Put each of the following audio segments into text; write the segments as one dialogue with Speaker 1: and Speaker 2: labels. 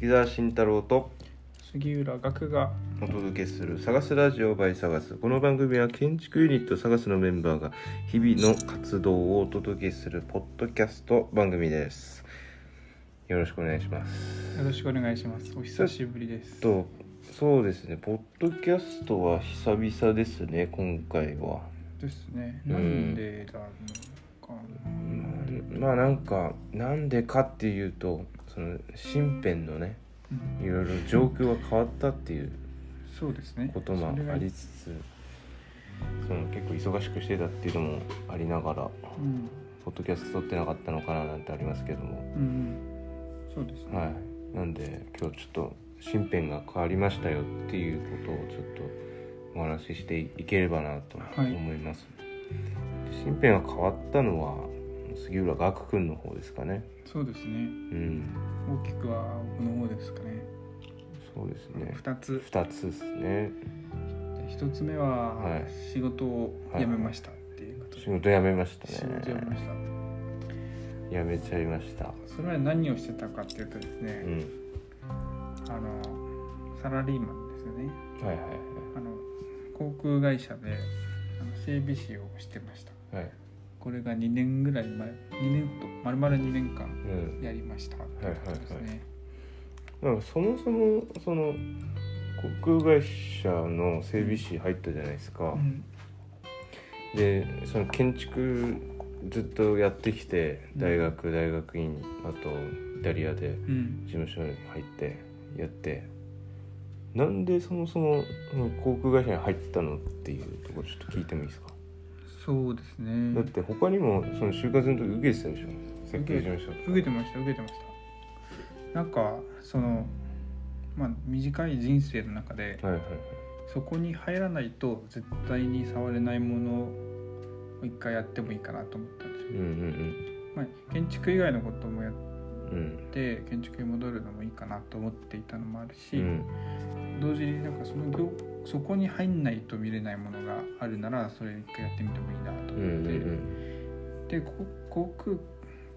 Speaker 1: 沢慎太郎と
Speaker 2: 杉浦岳が
Speaker 1: お届けする「探すラジオ by 探す」この番組は建築ユニット探すのメンバーが日々の活動をお届けするポッドキャスト番組ですよろしくお願いします
Speaker 2: よろしくお願いしますお久しぶりです
Speaker 1: とそうですねポッドキャストは久々ですね今回は
Speaker 2: ですね
Speaker 1: うん
Speaker 2: なんでだろうか
Speaker 1: まあなんかなんでかっていうとその身辺のね
Speaker 2: な、うん
Speaker 1: いろいろ状況が変わったっていう
Speaker 2: そうですね
Speaker 1: ことも
Speaker 2: それが
Speaker 1: ありつつその結構忙しくしてたっていうのもありながら
Speaker 2: うん
Speaker 1: ポッドキャスト撮ってなかったのかななんてありますけども
Speaker 2: うんそうですね、
Speaker 1: はいなんで今日ちょっと身辺が変わりましたよっていうことをちょっとお話ししていければなと
Speaker 2: はい
Speaker 1: 思います、身辺が変わったのは杉浦岳くんの方ですかね
Speaker 2: そうです
Speaker 1: う
Speaker 2: ね
Speaker 1: ん
Speaker 2: 大きくは僕の方ですかね
Speaker 1: そうですね
Speaker 2: 二つ
Speaker 1: 2つですね
Speaker 2: 一つ目は
Speaker 1: はい
Speaker 2: 仕事を辞めましたっていうことで、
Speaker 1: 仕事辞めましたね
Speaker 2: 仕事辞めました
Speaker 1: 辞めちゃいました
Speaker 2: それまで何をしてたかっていうとです
Speaker 1: う
Speaker 2: ね、
Speaker 1: ん
Speaker 2: あのサラリーマンですよね
Speaker 1: はいはいは
Speaker 2: あの航空会社であの整備士をしてました
Speaker 1: いはい
Speaker 2: これが2年ぐらい前2年と丸々2年間
Speaker 1: うん
Speaker 2: やりましたっていうことですね、
Speaker 1: はいはなんかそもそもその航空会社の整備士入ったじゃないですか、
Speaker 2: うん
Speaker 1: でその建築ずっとやってきて大学大学院あとイタリアで
Speaker 2: うん
Speaker 1: 事務所に入ってやってなんでそもそもうん航空会社に入ったのっていうところちょっと聞いてもいいですか、
Speaker 2: そうです
Speaker 1: だ
Speaker 2: ね
Speaker 1: って他にもその就活の時受けてたでしょ設計事務所
Speaker 2: 受けて
Speaker 1: も
Speaker 2: ました受けてましたなんかそのまあ短い人生の中で
Speaker 1: はいはいはい
Speaker 2: そこに入らないと絶対に触れないものを一回やってもいいかなと思ったんですよ
Speaker 1: うん
Speaker 2: ね、まあ、建築以外のこともやっ
Speaker 1: うんうん
Speaker 2: て建築に戻るのもいいかなと思っていたのもある
Speaker 1: う
Speaker 2: し、
Speaker 1: んうん
Speaker 2: 同時になんかその業そこに入んないと見れないものがあるならそれ一回やってみてもいいなと
Speaker 1: う
Speaker 2: 思
Speaker 1: んうん
Speaker 2: って、
Speaker 1: うん
Speaker 2: でこ航空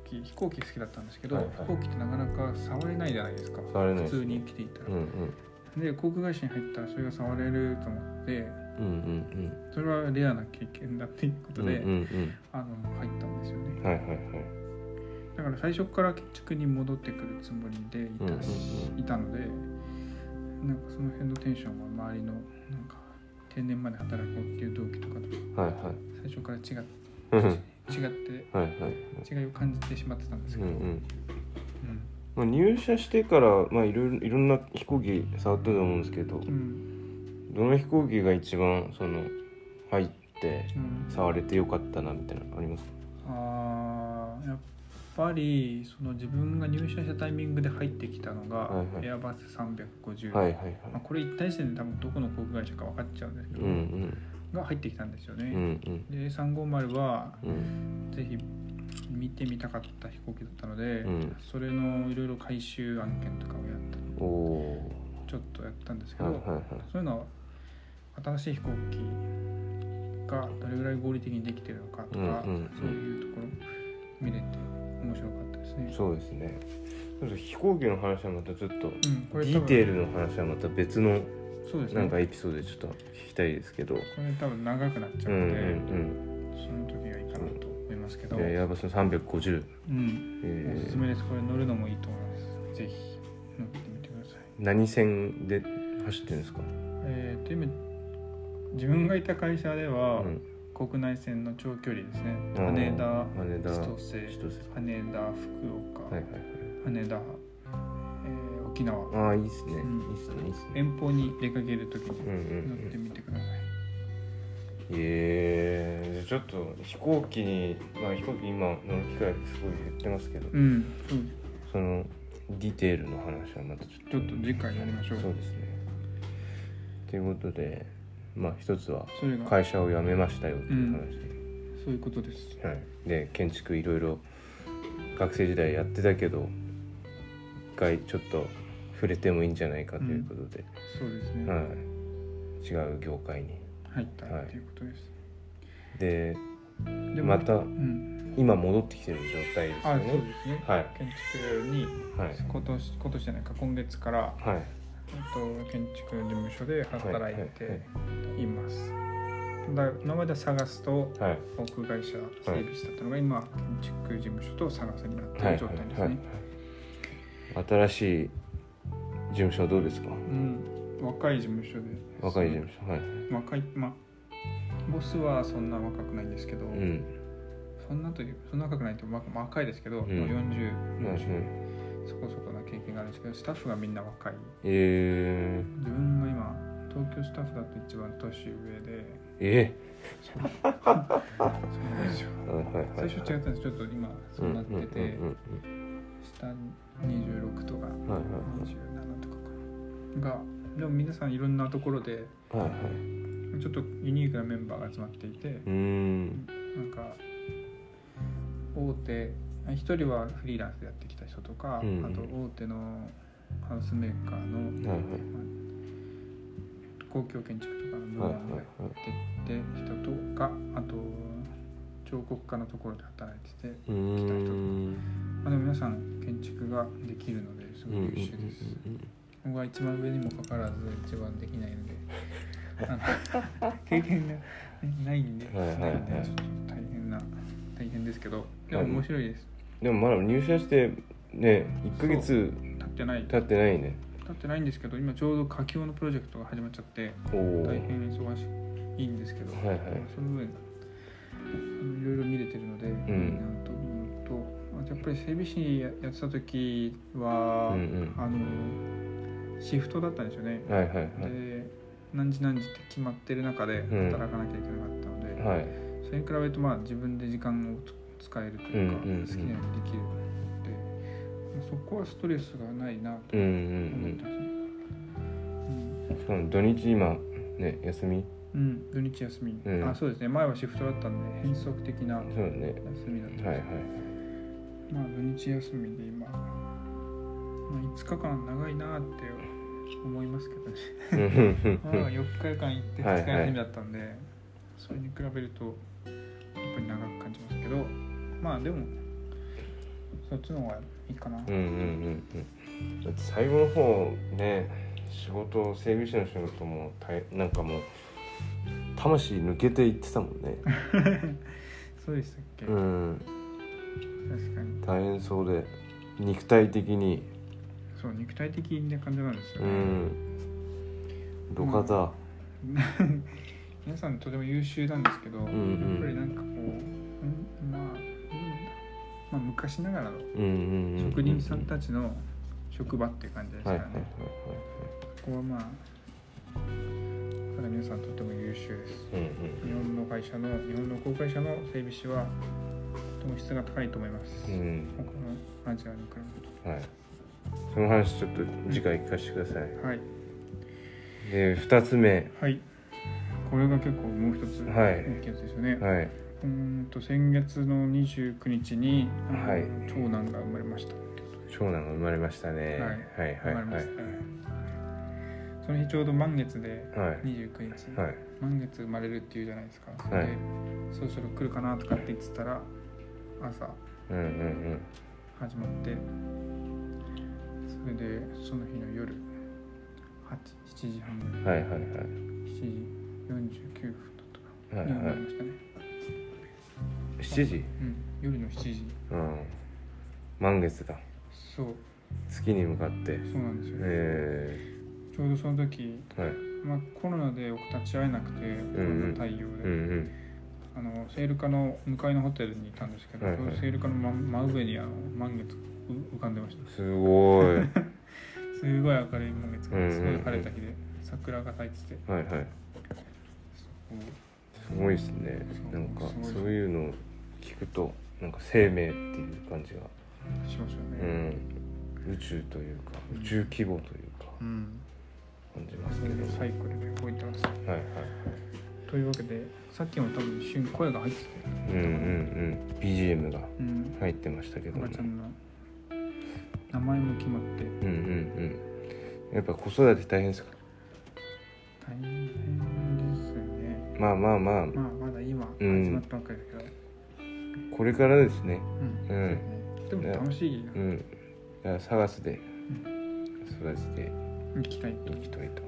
Speaker 2: 機飛行機好きだったんですけど、
Speaker 1: はいはい
Speaker 2: 飛行機ってなかなか触れないじゃないですか
Speaker 1: 触れないで
Speaker 2: 普
Speaker 1: すね
Speaker 2: 通に生きていたら
Speaker 1: うんう、ん
Speaker 2: で航空会社に入ったらそれが触れると思って
Speaker 1: うんうん
Speaker 2: それはレアな経験だっていうこと
Speaker 1: うん
Speaker 2: で、
Speaker 1: うんうん
Speaker 2: あの入ったんですよ
Speaker 1: う
Speaker 2: ね
Speaker 1: んはいはいはい
Speaker 2: だから最初から建築に戻ってくるつもりでいた,、
Speaker 1: うんうん
Speaker 2: いたのでなんかその辺のテンションは周りのなんか定年まで働こうっていう動機とかと
Speaker 1: はいはい
Speaker 2: 最初から違っ
Speaker 1: うん
Speaker 2: 違って
Speaker 1: はいはい
Speaker 2: 違いを感じてしまってたんで
Speaker 1: う
Speaker 2: す
Speaker 1: ん
Speaker 2: け
Speaker 1: う
Speaker 2: ど、
Speaker 1: ん
Speaker 2: うん
Speaker 1: まあ、入社してから、まあ、いろいろいろんな飛行機触ったと思うんですけど
Speaker 2: うん
Speaker 1: どの飛行機が一番その入って
Speaker 2: うん
Speaker 1: 触れてよかったなみたいなのあります
Speaker 2: あーやっぱりその自分が入社したタイミングで入ってきたのが
Speaker 1: はいはい
Speaker 2: エアバス350、
Speaker 1: かはいはいはい
Speaker 2: まあ、これ一体時点で多分どこの航空会社か分かっちゃうんですけ
Speaker 1: う
Speaker 2: ど、
Speaker 1: ん
Speaker 2: が入ってきたんですよ
Speaker 1: うんう
Speaker 2: ね。
Speaker 1: ん
Speaker 2: で350は
Speaker 1: うんうん
Speaker 2: ぜひ見てみたかった飛行機だったので、
Speaker 1: うん
Speaker 2: それのいろいろ回収案件とかをやった
Speaker 1: おお
Speaker 2: ちょっとやったんですけ
Speaker 1: ーは
Speaker 2: ど、
Speaker 1: いはいはい
Speaker 2: そういうのは新しい飛行機がどれぐらい合理的にできてるのかとか、
Speaker 1: うんうん
Speaker 2: そういうところ見れて面白かったですね。
Speaker 1: そうですねちょっと飛行機の話はまたちょっと
Speaker 2: うん、こ
Speaker 1: デ
Speaker 2: れ多
Speaker 1: ィ
Speaker 2: 分
Speaker 1: テールの話はまた別の
Speaker 2: そうです
Speaker 1: な
Speaker 2: ね
Speaker 1: んか
Speaker 2: こ
Speaker 1: エピソードでちょっと聞きたいですけど
Speaker 2: れ多分長くなっちゃ
Speaker 1: う
Speaker 2: うんの
Speaker 1: う
Speaker 2: で、
Speaker 1: ん
Speaker 2: その時がいいかなと思いますけ
Speaker 1: う
Speaker 2: ど、
Speaker 1: んいやエアバスの350
Speaker 2: うん、
Speaker 1: え
Speaker 2: おすす
Speaker 1: ー
Speaker 2: めですこれ乗るのもいいと思いますぜひ乗ってみてください
Speaker 1: 何線で走ってるんですか
Speaker 2: えー、と今自分がいた会社では、
Speaker 1: うん
Speaker 2: 国内線の長距離ですね
Speaker 1: あー
Speaker 2: 羽田
Speaker 1: 羽田
Speaker 2: 千歳
Speaker 1: 千歳
Speaker 2: 羽田福岡、
Speaker 1: はいはい
Speaker 2: 羽田、えー沖縄
Speaker 1: はいああいいっすね、
Speaker 2: うん
Speaker 1: いいっすねいいっすね
Speaker 2: 遠方に出かけるときに
Speaker 1: うんうんう
Speaker 2: 乗って
Speaker 1: ん
Speaker 2: みてください、
Speaker 1: えー、じゃあちょっと飛行機にまあ飛行機今乗る機会すごい減ってますけど、
Speaker 2: うん、
Speaker 1: そのディテールの話はまたちょっ
Speaker 2: ちょっと次回やりましょ
Speaker 1: と
Speaker 2: う
Speaker 1: そうですねということでまあ一つは
Speaker 2: それが
Speaker 1: 会社を辞めましたよっていう話、
Speaker 2: そういうことです
Speaker 1: はい、で建築いろいろ学生時代やってたけど一回ちょっと触れてもいいんじゃないかということで、
Speaker 2: そうですね、
Speaker 1: はい、違う業界に
Speaker 2: 入った
Speaker 1: はい
Speaker 2: っていうことです、
Speaker 1: で
Speaker 2: で
Speaker 1: また
Speaker 2: うん
Speaker 1: 今戻ってきてる状態ですよ
Speaker 2: あそう
Speaker 1: ね
Speaker 2: ですね、
Speaker 1: はい
Speaker 2: 建築に
Speaker 1: はい
Speaker 2: 今年今年じゃないか今月から、
Speaker 1: はい
Speaker 2: えっと、建築事務所で働い
Speaker 1: はい
Speaker 2: ています、だ今までは探すと
Speaker 1: はい
Speaker 2: 航空会社整備士だったのが、今は建築事務所と探すになってい
Speaker 1: は
Speaker 2: る
Speaker 1: い
Speaker 2: 状態ですね、
Speaker 1: はいはい新しい事務所はどうですか
Speaker 2: うん若い事務所で
Speaker 1: 若い事務所はい
Speaker 2: 所若いまあボスはそんな若くないんですけど、
Speaker 1: うん
Speaker 2: そんなというそんな若くないって、ま、若いですけど、
Speaker 1: ん
Speaker 2: もう
Speaker 1: うんう
Speaker 2: 40、
Speaker 1: ん
Speaker 2: そこそこな経験があるんですけどスタッフがみんな若い
Speaker 1: えー
Speaker 2: 自分が今東京スタッフだと一番年上で
Speaker 1: え
Speaker 2: そうなんですよ
Speaker 1: ーはいはいは
Speaker 2: 最
Speaker 1: い
Speaker 2: 初違ったんですちょっと今そうなってて、
Speaker 1: うんうん
Speaker 2: 下26とか
Speaker 1: うんうんはい
Speaker 2: 27とかかながでも皆さんいろんなところで
Speaker 1: はいはいはい
Speaker 2: ちょっとユニークなメンバーが集まっていて、
Speaker 1: うーん
Speaker 2: なんか大手一人はフリーランスでやってきた人とか、
Speaker 1: うん
Speaker 2: あと大手のハウスメーカーの、
Speaker 1: はいはい
Speaker 2: まあ公共建築とかの分野
Speaker 1: はいはい
Speaker 2: でやってって人とか、あと彫刻家のところで働いてて、
Speaker 1: うーん
Speaker 2: まあ、でも皆さん建築ができるのです
Speaker 1: うん
Speaker 2: ご
Speaker 1: う
Speaker 2: い
Speaker 1: んうん
Speaker 2: 優秀です。僕は一番上にもかかわらず一番できないのでなんか経験がねないんで
Speaker 1: はいはいはい
Speaker 2: ないんでちょっと大変な大変ですけどでも
Speaker 1: はい
Speaker 2: 面白いです
Speaker 1: でもまだ入社してね1ヶ月
Speaker 2: 立ってない
Speaker 1: 経
Speaker 2: 立
Speaker 1: ってないね
Speaker 2: ってないんですけど今ちょうど佳境のプロジェクトが始まっちゃって
Speaker 1: おお
Speaker 2: 大変忙しいんですけど、
Speaker 1: はいはい
Speaker 2: まあその分あのいろいろ見れてるので、
Speaker 1: ん
Speaker 2: いいなと思うのとあとやっぱり整備士やってた時は、
Speaker 1: うんうん
Speaker 2: あのシフトだったんですよね、
Speaker 1: はいはいはい
Speaker 2: で何時何時って決まってる中で
Speaker 1: ん
Speaker 2: 働かなきゃいけなかったので、
Speaker 1: はい
Speaker 2: それに比べるとまあ自分で時間をつ使えるというか、
Speaker 1: うんうんうん
Speaker 2: 好きなようにできるのでまあそこはストレスがないな
Speaker 1: う
Speaker 2: と
Speaker 1: んうん
Speaker 2: 思ってますね。
Speaker 1: うんしかも土日今ね休み
Speaker 2: うん、うん土日休み、
Speaker 1: うん
Speaker 2: あそうですね前はシフトだったんで変則的な
Speaker 1: そうだ
Speaker 2: 休
Speaker 1: ね
Speaker 2: みだったんです、
Speaker 1: はいはい
Speaker 2: まあ土日休みで今、まあ、5日間長いなって思いますけどね
Speaker 1: うんうん
Speaker 2: ま
Speaker 1: う
Speaker 2: あ、
Speaker 1: ん
Speaker 2: 4日間行って
Speaker 1: はい
Speaker 2: 2日休みだったんで、それに比べるとやっぱり長く感じますけどまあでもそっちの方がいいかな、
Speaker 1: うんうんうんだって最後の方ね仕事整備士の仕事も大なんかもう魂抜けていってたもんね
Speaker 2: そうでしたっけ、
Speaker 1: うん
Speaker 2: 確かに
Speaker 1: 大変そうで肉体的に
Speaker 2: そう肉体的な感じなんですよ
Speaker 1: う
Speaker 2: ね、
Speaker 1: ん土方
Speaker 2: 皆さんとても優秀なんですけど、
Speaker 1: んうん
Speaker 2: やっぱりなんかこう、うんまあ、うんまあ昔ながらの
Speaker 1: うんうんうん
Speaker 2: 職人さんたちの職場っていう感じですか
Speaker 1: はい
Speaker 2: ら
Speaker 1: は
Speaker 2: ね、
Speaker 1: いはいはい
Speaker 2: ここはまあただ皆さんとても優秀です
Speaker 1: うん
Speaker 2: 日本の会社の日本の航空会社の整備士はとても質が高いと思いま
Speaker 1: う
Speaker 2: す、
Speaker 1: んうん
Speaker 2: 他のアジアに比
Speaker 1: はいその話ちょっと次回聞かせてください
Speaker 2: べてはい
Speaker 1: で2つ目
Speaker 2: はいこれが結構もう一つ
Speaker 1: はい
Speaker 2: 大きいやつですよね、
Speaker 1: はいう
Speaker 2: ーんと先月の29日に、あの
Speaker 1: はい
Speaker 2: 長男が生まれました、
Speaker 1: 長男が生まれましたねはいはい
Speaker 2: 生ま
Speaker 1: は
Speaker 2: れ
Speaker 1: い
Speaker 2: ま
Speaker 1: はい
Speaker 2: した、その日ちょうど満月で
Speaker 1: はい
Speaker 2: 29日、
Speaker 1: はい
Speaker 2: 満月生まれるっていうじゃないですか、そ
Speaker 1: はい
Speaker 2: れでそろそろ来るかなとかって言ってたら朝
Speaker 1: うんうん
Speaker 2: 始まってそれでその日の夜87時半ぐら
Speaker 1: う
Speaker 2: い
Speaker 1: んはいはいはい
Speaker 2: 7時49分だった
Speaker 1: は
Speaker 2: か
Speaker 1: い
Speaker 2: なに生ま
Speaker 1: は
Speaker 2: れましたね、
Speaker 1: い7時
Speaker 2: うん、夜の7時
Speaker 1: うん満月だ
Speaker 2: そう
Speaker 1: 月に向かって
Speaker 2: そうなんですよ、
Speaker 1: え
Speaker 2: ちょうどその時、
Speaker 1: ーはい
Speaker 2: まあ、コロナで僕立ち会えなくてコロナ対応で、
Speaker 1: うんうん
Speaker 2: あのセール課の向かいのホテルにいたんですけど、
Speaker 1: はいはい
Speaker 2: そのセール課の真真上にあの満月う浮かんでました
Speaker 1: すごい
Speaker 2: すごい明るい満月
Speaker 1: うんうんうん
Speaker 2: がすごい晴れた日で桜が咲いてて
Speaker 1: はいはい
Speaker 2: そこ
Speaker 1: すごいですね
Speaker 2: そう
Speaker 1: なんか
Speaker 2: すごい
Speaker 1: そういうのを聞くとなんか生命っていう感じが、
Speaker 2: をしました
Speaker 1: う
Speaker 2: ね、
Speaker 1: ん、宇宙というか
Speaker 2: うん
Speaker 1: 宇宙規模というか
Speaker 2: うん
Speaker 1: 感じます
Speaker 2: そ
Speaker 1: け
Speaker 2: れ
Speaker 1: ど、
Speaker 2: でサイクルで動いてます
Speaker 1: はいはい
Speaker 2: というわけでさっきも多分一瞬声が入ってて、
Speaker 1: うんうんうん BGM が
Speaker 2: うん、
Speaker 1: 入ってましたけども
Speaker 2: 赤ちゃんの名前も決まって
Speaker 1: うんうんうんやっぱ子育て大変ですか
Speaker 2: 大変ですね
Speaker 1: まあまあまあ
Speaker 2: まあまだ今
Speaker 1: うん
Speaker 2: 始まったばっかりですけど、
Speaker 1: これからですね
Speaker 2: うん、
Speaker 1: うん
Speaker 2: そうねでも楽しいな、
Speaker 1: うんだから探すで育てて
Speaker 2: 行きたいと
Speaker 1: いきたいと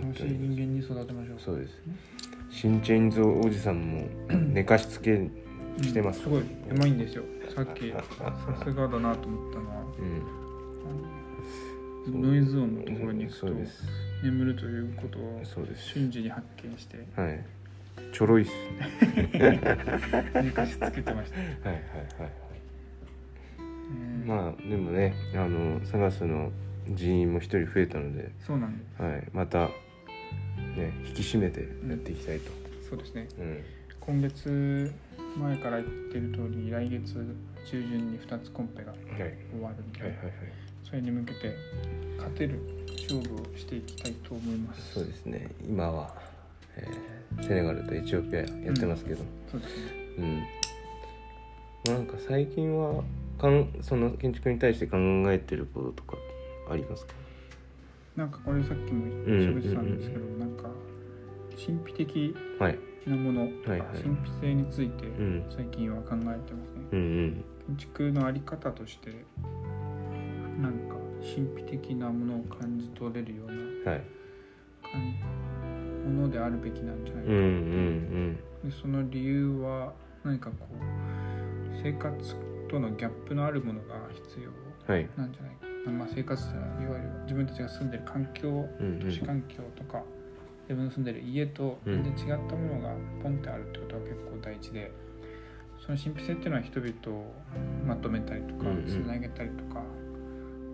Speaker 2: 楽しい人間に育てましょう
Speaker 1: そうです新チェーンズおじさん も寝かしつけうん
Speaker 2: うん
Speaker 1: してます
Speaker 2: すごいうまいんですよさっきさすがだなと思ったのはあ
Speaker 1: そう
Speaker 2: のノイズ音のところに行くと
Speaker 1: そうです
Speaker 2: 眠るということを
Speaker 1: そうです
Speaker 2: 瞬時に発見して
Speaker 1: はいちょろいっす
Speaker 2: 寝かしつけて ました、
Speaker 1: はいはいはいはい
Speaker 2: うん
Speaker 1: まあでもねあの探すの人員も一人増えたので、
Speaker 2: そうなんで
Speaker 1: はい、また、ね、引き締めてやっていきたいと、
Speaker 2: すそうですね
Speaker 1: うん
Speaker 2: 今月前から言ってる通り来月中旬に2つコンペが
Speaker 1: はい、はい
Speaker 2: 終わるんで、
Speaker 1: はいはい
Speaker 2: それに向けて勝てる勝負をしていきたいと思います
Speaker 1: そうですね今は、えーセネガルとエチオピアやってますけど、
Speaker 2: そうですね
Speaker 1: うんなんか最近はかんその建築に対して考えてることとかありますか
Speaker 2: なんかこれさっきも喋ってたんですけど、なんか神秘的
Speaker 1: はい、
Speaker 2: なもの、
Speaker 1: はいはい
Speaker 2: 神秘性について
Speaker 1: うん、
Speaker 2: 最近は考えてますね
Speaker 1: うんうん
Speaker 2: 建築の在り方としてなんか神秘的なものを感じ取れるような
Speaker 1: はい
Speaker 2: 感ものであるべきなんじゃないか
Speaker 1: うんうん
Speaker 2: でその理由は何かこう生活とのギャップのあるものが必要
Speaker 1: うんはい
Speaker 2: なんじゃないか、まあ、生活っていうのはいわゆる自分たちが住んでる環境
Speaker 1: うんう
Speaker 2: 都市
Speaker 1: ん
Speaker 2: 環境とか自分の住んでる家と全然違ったものがポンってあるってことは結構大事でその神秘性っていうのは人々をまとめたりとか
Speaker 1: うんうん
Speaker 2: つなげたりとか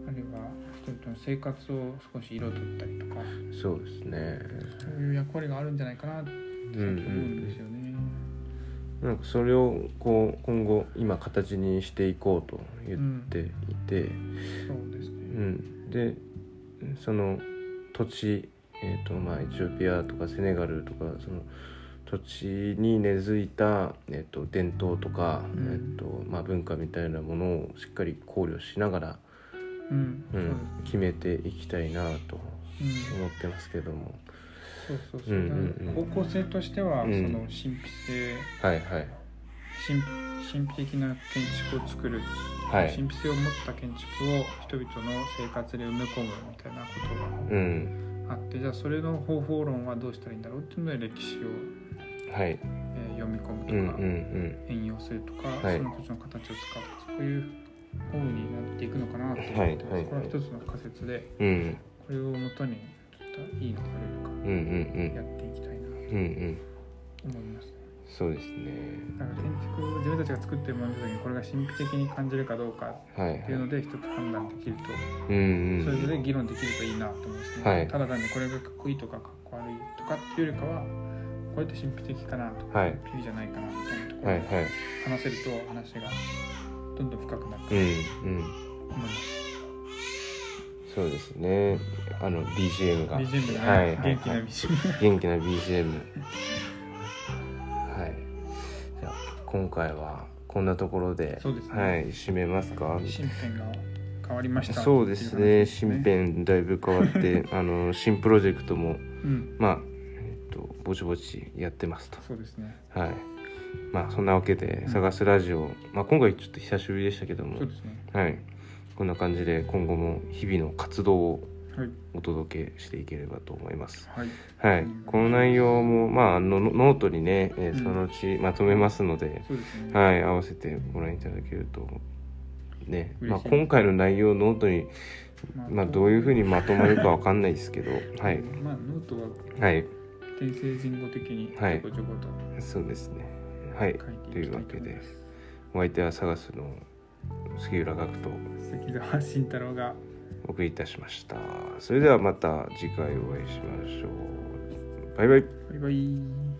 Speaker 2: あるいは人々の生活を少し彩ったりとか
Speaker 1: そうですね
Speaker 2: そういう役割があるんじゃないかなって
Speaker 1: うんう
Speaker 2: 思うんんですよね。
Speaker 1: なんかそれをこう今後今形にしていこうと言っていて、
Speaker 2: そうです
Speaker 1: う
Speaker 2: ね
Speaker 1: ん、でその土地、えーとまあ、エチオピアとかセネガルとかその土地に根付いた、えー、と伝統とか、
Speaker 2: うん
Speaker 1: えーとまあ、文化みたいなものをしっかり考慮しながら、
Speaker 2: うん、
Speaker 1: う、
Speaker 2: そうん
Speaker 1: 決めていきたいなと
Speaker 2: ですうん
Speaker 1: 思ってますけども
Speaker 2: そうそうそう、
Speaker 1: うんうんうん
Speaker 2: 方向性としては、
Speaker 1: うん
Speaker 2: その神秘性
Speaker 1: はいはい
Speaker 2: 神神秘的な建築を作る
Speaker 1: はい
Speaker 2: 神秘性を持った建築を人々の生活で埋め込むみたいなこ
Speaker 1: うん
Speaker 2: とがあってじゃあそれの方法論はどうしたらいいんだろうっていうので歴史を、
Speaker 1: はい
Speaker 2: えー読み込むと
Speaker 1: う
Speaker 2: か、
Speaker 1: んうん
Speaker 2: 変容するとか、
Speaker 1: はい
Speaker 2: その土地の形を使うとかそういう方になっていくのかなと思ってます、
Speaker 1: はいはい
Speaker 2: これは一つの仮説で
Speaker 1: うんうん
Speaker 2: これをもとにちょっといいのか悪いの
Speaker 1: うんうん
Speaker 2: かやっていきたいな
Speaker 1: うんうんうん
Speaker 2: と思います
Speaker 1: そうですね
Speaker 2: だから建築を自分たちが作ってるものの時にこれが神秘的に感じるかどうか
Speaker 1: はい
Speaker 2: っ
Speaker 1: は
Speaker 2: て
Speaker 1: い
Speaker 2: いうので一つ判断できると
Speaker 1: うんうん
Speaker 2: そういうので議論できるといいなと思うんですね、
Speaker 1: はい
Speaker 2: ただ単にこれがかっこいいとかかっこ悪いとかっていうよりかはこれって神秘的かなとか、
Speaker 1: はい
Speaker 2: ピューじゃないかなみたいなところ
Speaker 1: はい
Speaker 2: で
Speaker 1: はい
Speaker 2: 話せると話がどんどん深くなる
Speaker 1: う
Speaker 2: と
Speaker 1: んうん
Speaker 2: 思います、
Speaker 1: そうですねあの BGM が
Speaker 2: BGM がね、
Speaker 1: はいはい
Speaker 2: 元気な BGM
Speaker 1: はい元気な BGM はいじゃあ今回はこんなところで
Speaker 2: そうですね
Speaker 1: はい締めますか
Speaker 2: 身辺が変わりました
Speaker 1: そうですね新
Speaker 2: っていう
Speaker 1: 編だいぶ変わって あの新プロジェクトも
Speaker 2: 話ですねうん
Speaker 1: まあえっとぼちぼちやってますと
Speaker 2: そうですね
Speaker 1: はいまあそんなわけで
Speaker 2: うん
Speaker 1: 探すラジオまあ今回ちょっと久しぶりでしたけども
Speaker 2: そうですね
Speaker 1: はいこんな感じで今後も日々の活動を
Speaker 2: はい
Speaker 1: お届けしていければと思います。
Speaker 2: はい
Speaker 1: はい、この内容も、まあ、あのノノートにね、えー
Speaker 2: う
Speaker 1: そ
Speaker 2: ん
Speaker 1: のうちまとめますので、
Speaker 2: そうですね、
Speaker 1: はい、合わせてご覧いただけると、ねまあ、
Speaker 2: 嬉しい
Speaker 1: 今回の内容をノートに、まあ、どういうふうにまとまるかわかんないですけど、はい、
Speaker 2: まあノートは
Speaker 1: はい、
Speaker 2: 転生人語的にち
Speaker 1: はい
Speaker 2: ょこちょこと
Speaker 1: そうですね。はい、
Speaker 2: 書い
Speaker 1: と
Speaker 2: てい
Speaker 1: い
Speaker 2: き
Speaker 1: う
Speaker 2: た
Speaker 1: わ
Speaker 2: いと
Speaker 1: け
Speaker 2: 思い
Speaker 1: で
Speaker 2: ます、
Speaker 1: お相手は探すの杉浦学と
Speaker 2: 関澤慎太郎が
Speaker 1: お送りいたしました。それではまた次回お会いしましょう。バイバイ。
Speaker 2: バイバイ。